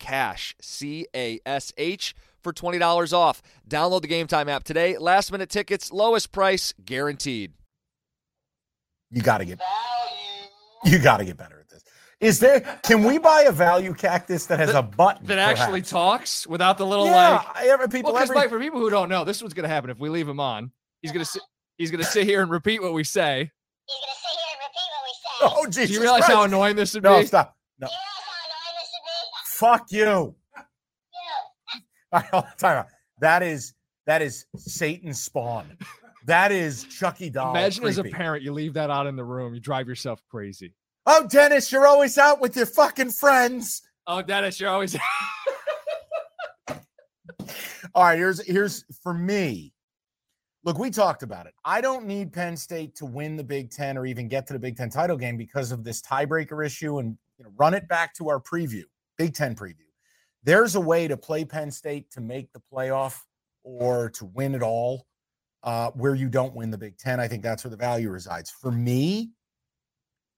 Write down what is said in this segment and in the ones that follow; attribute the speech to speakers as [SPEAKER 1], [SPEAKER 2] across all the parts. [SPEAKER 1] cash c a s h for $20 off download the game time app today last minute tickets lowest price guaranteed
[SPEAKER 2] you got to get You got to get better at this. Is there can we buy a value cactus that has
[SPEAKER 3] That-
[SPEAKER 2] a button
[SPEAKER 3] that actually
[SPEAKER 2] perhaps?
[SPEAKER 3] talks without the little
[SPEAKER 2] yeah,
[SPEAKER 3] like
[SPEAKER 2] I- every people
[SPEAKER 3] Well, 'cause,
[SPEAKER 2] every,
[SPEAKER 3] like for people who don't know, this one's gonna happen if we leave him on. He's gonna sit. He's gonna sit here and repeat what we say.
[SPEAKER 4] He's gonna sit here and repeat what we say.
[SPEAKER 2] Oh
[SPEAKER 3] Do
[SPEAKER 2] Jesus.
[SPEAKER 3] you realize
[SPEAKER 2] Christ.
[SPEAKER 3] how annoying this would be?
[SPEAKER 2] No, stop. No.
[SPEAKER 4] Do you realize how annoying this would be?
[SPEAKER 2] Fuck you.
[SPEAKER 4] You know,
[SPEAKER 2] All right, hold on, time out. That is that is Satan spawn. That is Chucky doll.
[SPEAKER 3] Imagine as a
[SPEAKER 2] creepy.
[SPEAKER 3] parent, you leave that out in the room, you drive yourself crazy.
[SPEAKER 2] Oh, Dennis, you're always out with your fucking friends.
[SPEAKER 3] Oh, Dennis, you're always.
[SPEAKER 2] All right, here's here's for me. Look, we talked about it. I don't need Penn State to win the Big Ten or even get to the Big Ten title game because of this tiebreaker issue. And you know, run it back to our preview, Big Ten preview. There's a way to play Penn State to make the playoff or to win it all, uh, where you don't win the Big Ten. I think that's where the value resides. For me,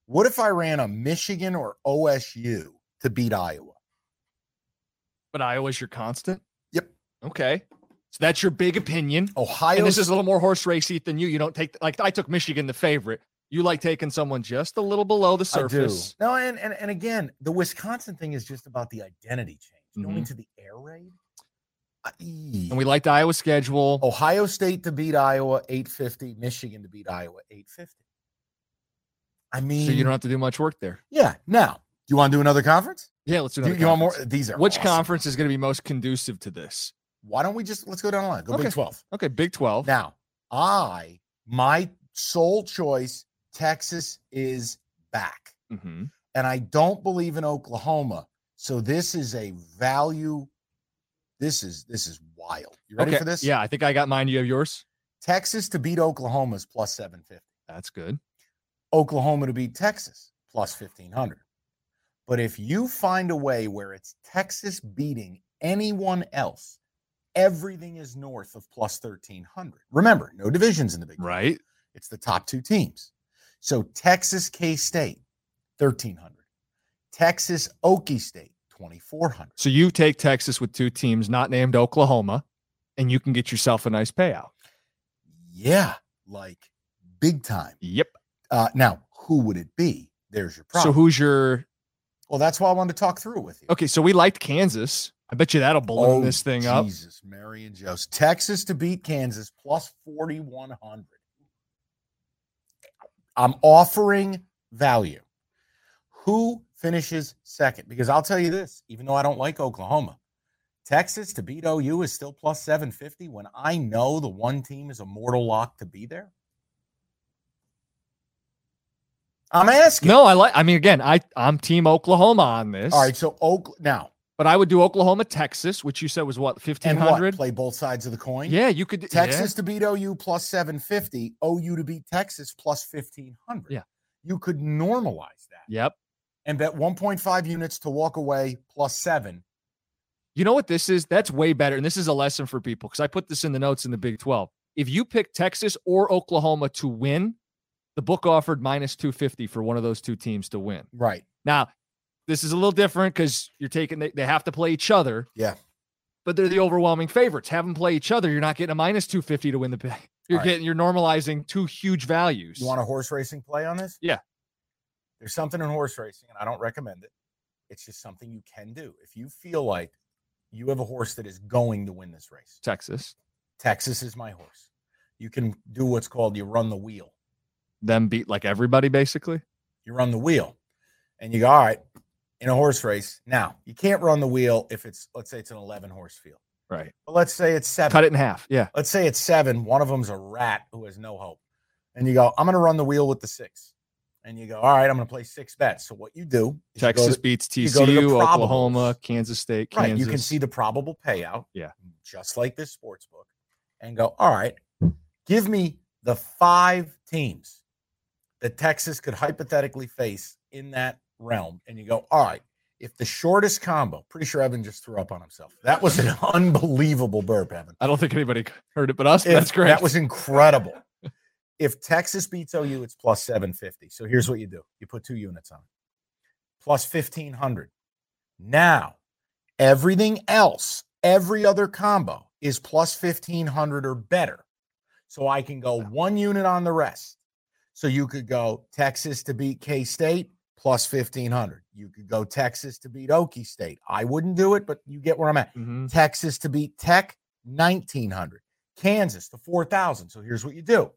[SPEAKER 2] what if I ran a Michigan or OSU to beat Iowa?
[SPEAKER 3] but Iowa's your constant.
[SPEAKER 2] Yep.
[SPEAKER 3] Okay. So that's your big opinion.
[SPEAKER 2] Ohio
[SPEAKER 3] and this is a little more horse racey than you. You don't take like I took Michigan the favorite. You like taking someone just a little below the surface.
[SPEAKER 2] I do. No, and, and and again, the Wisconsin thing is just about the identity change. Going to the air raid. Aye.
[SPEAKER 3] And we liked Iowa's schedule.
[SPEAKER 2] E. Ohio State to beat Iowa 850, Michigan to beat Iowa 850. I mean,
[SPEAKER 3] so you don't have to do much work there.
[SPEAKER 2] yeah. Now, do you want to do another conference?
[SPEAKER 3] Yeah, let's do
[SPEAKER 2] Do you,
[SPEAKER 3] another
[SPEAKER 2] you want more?
[SPEAKER 3] conference.
[SPEAKER 2] These are
[SPEAKER 3] Which
[SPEAKER 2] awesome.
[SPEAKER 3] conference is going to be most conducive to this?
[SPEAKER 2] Why don't we just let's go down the line? Go
[SPEAKER 3] Okay.
[SPEAKER 2] Big 12.
[SPEAKER 3] Okay, Big 12.
[SPEAKER 2] Now, I my sole choice, Texas is back.
[SPEAKER 3] Mhm.
[SPEAKER 2] and I don't believe in Oklahoma. So this is a value. This is this is wild. You ready
[SPEAKER 3] okay.
[SPEAKER 2] for this?
[SPEAKER 3] Yeah, I think I got mine. You have yours.
[SPEAKER 2] Texas to beat Oklahoma is plus seven fifty.
[SPEAKER 3] That's good.
[SPEAKER 2] Oklahoma to beat Texas plus fifteen hundred. But if you find a way where it's Texas beating anyone else, everything is north of plus thirteen hundred. Remember, no divisions in the Big Ten.
[SPEAKER 3] Right.
[SPEAKER 2] It's the top two teams. So Texas K State, 1,300. Texas Okie State, 2,400.
[SPEAKER 3] So you take Texas with two teams not named Oklahoma, and you can get yourself a nice payout.
[SPEAKER 2] Yeah, like big time.
[SPEAKER 3] Yep.
[SPEAKER 2] Uh, now, who would it be? There's your problem.
[SPEAKER 3] So who's your
[SPEAKER 2] well, that's why I wanted to talk through it with you.
[SPEAKER 3] okay? So we liked Kansas. I bet you that'll balloon this thing
[SPEAKER 2] Jesus,
[SPEAKER 3] up.
[SPEAKER 2] Oh, Jesus, Mary and Joe's. Texas to beat Kansas plus 4,100. I'm offering value. Who finishes second? Because I'll tell you this, even though I don't like Oklahoma, Texas to beat OU is still plus 750 when I know the one team is a mortal lock to be there. I'm asking.
[SPEAKER 3] No, I like. I mean, again, I I'm Team Oklahoma on this.
[SPEAKER 2] All right, so Oak now
[SPEAKER 3] but I would do Oklahoma, Texas, which you said was what fifteen
[SPEAKER 2] and what?
[SPEAKER 3] hundred.
[SPEAKER 2] Play both sides of the coin.
[SPEAKER 3] Yeah, you could
[SPEAKER 2] Texas to beat OU plus 750, OU to beat Texas plus 1500.
[SPEAKER 3] Yeah.
[SPEAKER 2] You could normalize that
[SPEAKER 3] Yeah. Yep.
[SPEAKER 2] and bet 1.5 units to walk away plus seven.
[SPEAKER 3] You know what this is? That's way better, and this is a lesson for people because I put this in the notes in the Big Twelve. If you pick Texas or Oklahoma to win, the book offered minus two fifty for one of those two teams to win.
[SPEAKER 2] Right.
[SPEAKER 3] Now, this is a little different because you're taking they, they have to play each other.
[SPEAKER 2] Yeah.
[SPEAKER 3] But they're the overwhelming favorites. Have them play each other. You're not getting a minus two fifty to win the bet. You're
[SPEAKER 2] All right.
[SPEAKER 3] getting you're normalizing two huge values.
[SPEAKER 2] You want a horse racing play on this?
[SPEAKER 3] Yeah.
[SPEAKER 2] There's something in horse racing, and I don't recommend it. It's just something you can do. If you feel like you have a horse that is going to win this race,
[SPEAKER 3] Texas,
[SPEAKER 2] Texas is my horse. You can do what's called you run the wheel.
[SPEAKER 3] them beat like everybody basically.
[SPEAKER 2] You run the wheel and you go, all right, in a horse race. Now, you can't run the wheel if it's, let's say it's an 11 horse field.
[SPEAKER 3] Right.
[SPEAKER 2] But let's say it's seven.
[SPEAKER 3] Cut it in half. Yeah.
[SPEAKER 2] let's say it's seven, one of them's a rat who has no hope. And you go, I'm going to run the wheel with the six. And you go, all right, I'm going to play six bets. So what you do, is you go
[SPEAKER 3] Texas
[SPEAKER 2] to-
[SPEAKER 3] beats
[SPEAKER 2] you go to the
[SPEAKER 3] TCU, Oklahoma,
[SPEAKER 2] probables.
[SPEAKER 3] Kansas State,
[SPEAKER 2] right,
[SPEAKER 3] Kansas.
[SPEAKER 2] you can see the probable payout.
[SPEAKER 3] Yeah.
[SPEAKER 2] Just like this sports book and go, all right, give me the five teams that Texas could hypothetically face in that realm. And you go, all right, if the shortest combo, pretty sure Evan just threw up on himself. That was an unbelievable burp, Evan.
[SPEAKER 3] I don't think anybody heard it, but us.
[SPEAKER 2] If-
[SPEAKER 3] That's great.
[SPEAKER 2] That was incredible. if Texas beats OU, it's plus 750. So here's what you do you put two units on it, plus 1500. Now, everything else, every other combo is plus 1500 or better. So I can go one unit on the rest. So you could go Texas to beat K State plus 1500. You could go Texas to beat Okie State. I wouldn't do it, but you get where I'm at.
[SPEAKER 3] Mhm.
[SPEAKER 2] Texas to beat Tech, 1900. Kansas to 4000. So here's what you do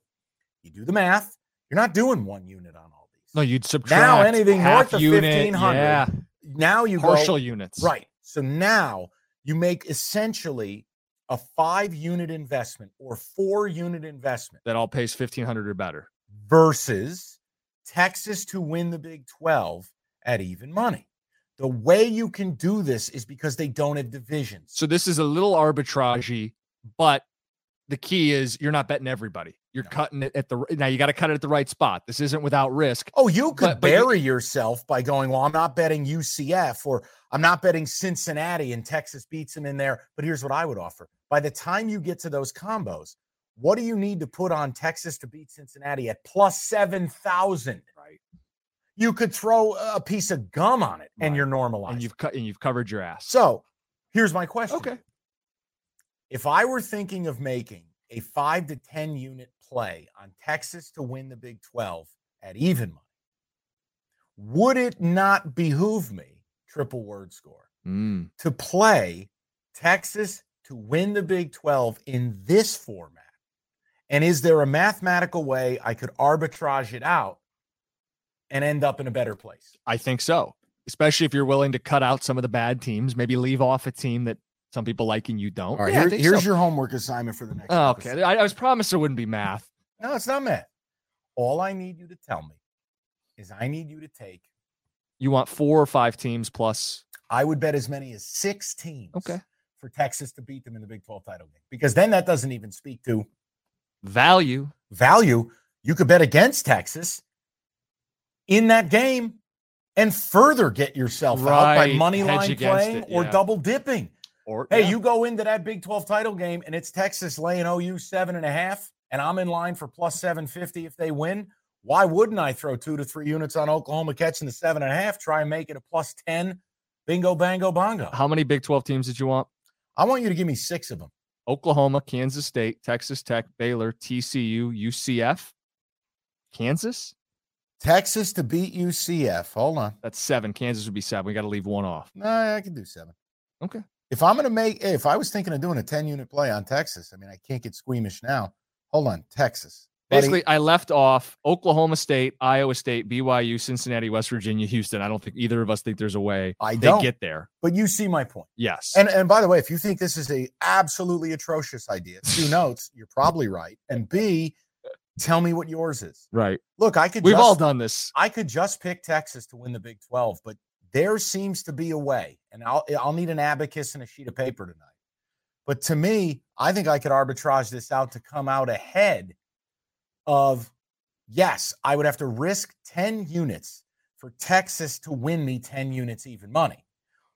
[SPEAKER 2] you do the math. You're not doing one unit on all these.
[SPEAKER 3] No, you'd subtract
[SPEAKER 2] Now anything
[SPEAKER 3] half
[SPEAKER 2] north of
[SPEAKER 3] unit,
[SPEAKER 2] 1500,
[SPEAKER 3] Yeah,
[SPEAKER 2] now you
[SPEAKER 3] partial
[SPEAKER 2] go,
[SPEAKER 3] units.
[SPEAKER 2] Right. So now you make essentially a five unit investment or four unit investment
[SPEAKER 3] That all pays fifteen hundred or better.
[SPEAKER 2] versus Texas to win the Big 12 at even money. The way you can do this is because they don't have divisions.
[SPEAKER 3] So this is a little arbitragey, but the key is you're not betting everybody. You're
[SPEAKER 2] No.
[SPEAKER 3] cutting it at the r- now. You got to cut it at the right spot. This isn't without risk.
[SPEAKER 2] Oh, you could
[SPEAKER 3] But- but you-
[SPEAKER 2] bury yourself by going, Well, I'm not betting UCF or I'm not betting Cincinnati and Texas beats them in there. But here's what I would offer by the time you get to those combos, what do you need to put on Texas to beat Cincinnati at plus 7,000?
[SPEAKER 3] Right.
[SPEAKER 2] You could throw a piece of gum on it and
[SPEAKER 3] Right.
[SPEAKER 2] you're normalized.
[SPEAKER 3] And you've cut and you've covered your ass.
[SPEAKER 2] So here's my question.
[SPEAKER 3] Okay.
[SPEAKER 2] If I were thinking of making a five to 10 unit play on Texas to win the Big 12 at even money, would it not behoove me, triple word score,
[SPEAKER 3] Mm.
[SPEAKER 2] to play Texas to win the Big 12 in this format? And is there a mathematical way I could arbitrage it out and end up in a better place?
[SPEAKER 3] I think so. Especially if you're willing to cut out some of the bad teams, maybe leave off a team that some people like and you don't.
[SPEAKER 5] All right,
[SPEAKER 3] I
[SPEAKER 5] here-
[SPEAKER 3] think
[SPEAKER 5] here's
[SPEAKER 3] so.
[SPEAKER 5] your homework assignment for the next.
[SPEAKER 3] Oh,
[SPEAKER 5] episode.
[SPEAKER 3] okay. I, I was promised it wouldn't be math.
[SPEAKER 2] No, it's not math. All I need you to tell me is I need you to take,
[SPEAKER 3] You want four or five teams plus.
[SPEAKER 2] I would bet as many as six teams
[SPEAKER 3] Okay.
[SPEAKER 2] for Texas to beat them in the Big 12 title game. Because then that doesn't even speak to
[SPEAKER 3] Value.
[SPEAKER 2] value. You could bet against Texas in that game and further get yourself out by
[SPEAKER 3] Right.
[SPEAKER 2] money
[SPEAKER 3] Hedge
[SPEAKER 2] line
[SPEAKER 3] against
[SPEAKER 2] playing
[SPEAKER 3] it,
[SPEAKER 2] or
[SPEAKER 3] yeah.
[SPEAKER 2] double dipping.
[SPEAKER 3] Or
[SPEAKER 2] Hey,
[SPEAKER 3] yeah.
[SPEAKER 2] you go into that Big 12 title game and it's Texas laying OU seven and a half, and I'm in line for plus 750 if they win. Why wouldn't I throw two to three units on Oklahoma catching the seven and a half, try and make it a plus 10? Bingo, bango, bongo.
[SPEAKER 3] How many Big 12 teams did you want?
[SPEAKER 2] I want you to give me six of them.
[SPEAKER 3] Oklahoma, Kansas State, Texas Tech, Baylor, TCU, UCF, Kansas.
[SPEAKER 2] Texas to beat UCF. Hold on.
[SPEAKER 3] That's seven. Kansas would be seven. We got to leave one off.
[SPEAKER 2] No, I can do seven.
[SPEAKER 3] Okay.
[SPEAKER 2] If I'm going to make, if I was thinking of doing a 10 unit play on Texas, I mean, I can't get squeamish now. Hold on. Texas. Buddy,
[SPEAKER 3] Basically, I left off Oklahoma State, Iowa State, BYU, Cincinnati, West Virginia, Houston. I don't think either of us think there's a way
[SPEAKER 2] I
[SPEAKER 3] they
[SPEAKER 2] don't.
[SPEAKER 3] get there.
[SPEAKER 2] but you see my point.
[SPEAKER 3] Yes.
[SPEAKER 2] And and by the way, if you think this is a absolutely atrocious idea, two notes, you're probably right. And B, tell me what yours is.
[SPEAKER 3] right.
[SPEAKER 2] Look, I could
[SPEAKER 3] We've
[SPEAKER 2] just,
[SPEAKER 3] all done this.
[SPEAKER 2] I could just pick Texas to win the Big 12, but there seems to be a way, and I'll I'll need an abacus and a sheet of paper tonight. But to me, I think I could arbitrage this out to come out ahead of yes, I would have to risk 10 units for Texas to win me 10 units even money.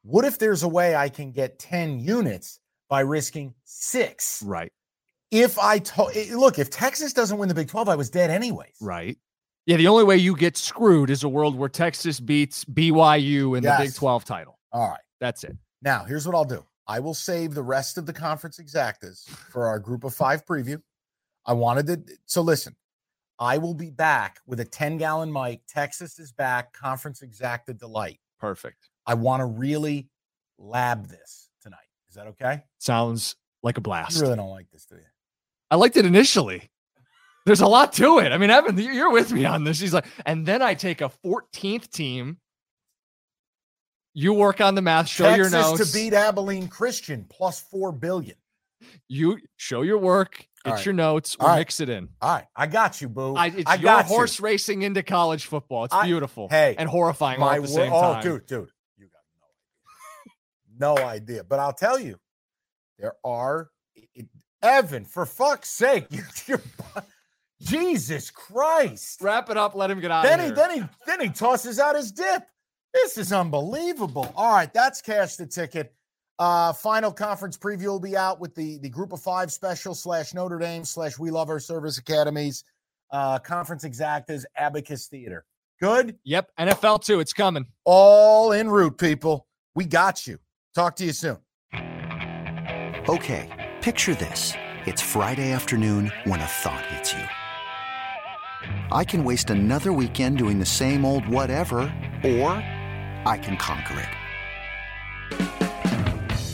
[SPEAKER 2] What if there's a way I can get 10 units by risking 6?
[SPEAKER 3] Right.
[SPEAKER 2] If I to- eh, look, if Texas doesn't win the Big 12, I was dead anyways.
[SPEAKER 3] Right. Yeah. The only way you get screwed is a world where Texas beats BYU in the Big
[SPEAKER 2] Yes.
[SPEAKER 3] 12 title.
[SPEAKER 2] All right.
[SPEAKER 3] That's it.
[SPEAKER 2] Now, here's what I'll do. I will save the rest of the conference exactas for our group of five preview. I wanted to. So listen, I will be back with a 10 gallon mic. Texas is back. Conference exacta delight.
[SPEAKER 3] Perfect.
[SPEAKER 2] I want to really lab this tonight. Is that okay?
[SPEAKER 3] Sounds like a blast.
[SPEAKER 2] You really don't like this, do you?
[SPEAKER 3] I liked it initially. There's a lot to it. I mean, Evan, you- you're with me on this. He's like, and then I take a 14th team. You work on the math, show
[SPEAKER 2] Texas
[SPEAKER 3] your notes.
[SPEAKER 2] to beat Abilene Christian plus four billion.
[SPEAKER 3] you show your work,
[SPEAKER 2] All
[SPEAKER 3] get
[SPEAKER 2] right.
[SPEAKER 3] your notes,
[SPEAKER 2] All
[SPEAKER 3] we'll
[SPEAKER 2] right.
[SPEAKER 3] mix it in.
[SPEAKER 2] All right, I got you, boo.
[SPEAKER 3] I, it's your
[SPEAKER 2] got you.
[SPEAKER 3] horse racing into college football. It's
[SPEAKER 2] I-
[SPEAKER 3] beautiful.
[SPEAKER 2] hey,
[SPEAKER 3] and horrifying all at the
[SPEAKER 2] wor-
[SPEAKER 3] same
[SPEAKER 2] oh,
[SPEAKER 3] time.
[SPEAKER 2] dude, dude, you got no idea. no idea. But I'll tell you, there are it- it- Evan. For fuck's sake, you, you're, Jesus Christ!
[SPEAKER 3] Wrap it up. Let him get out
[SPEAKER 2] Then
[SPEAKER 3] of
[SPEAKER 2] he
[SPEAKER 3] here.
[SPEAKER 2] then he then he tosses out his dip. This is unbelievable. All right, that's cash the ticket. Uh, final conference preview will be out with the the group of five special slash Notre Dame slash We Love Our Service Academies uh, conference exactas Abacus Theater. Good.
[SPEAKER 3] yep. NFL too. It's coming.
[SPEAKER 2] all en route, people. We got you. Talk to you soon.
[SPEAKER 6] Okay, picture this. It's Friday afternoon when a thought hits you. I can waste another weekend doing the same old whatever, or I can conquer it.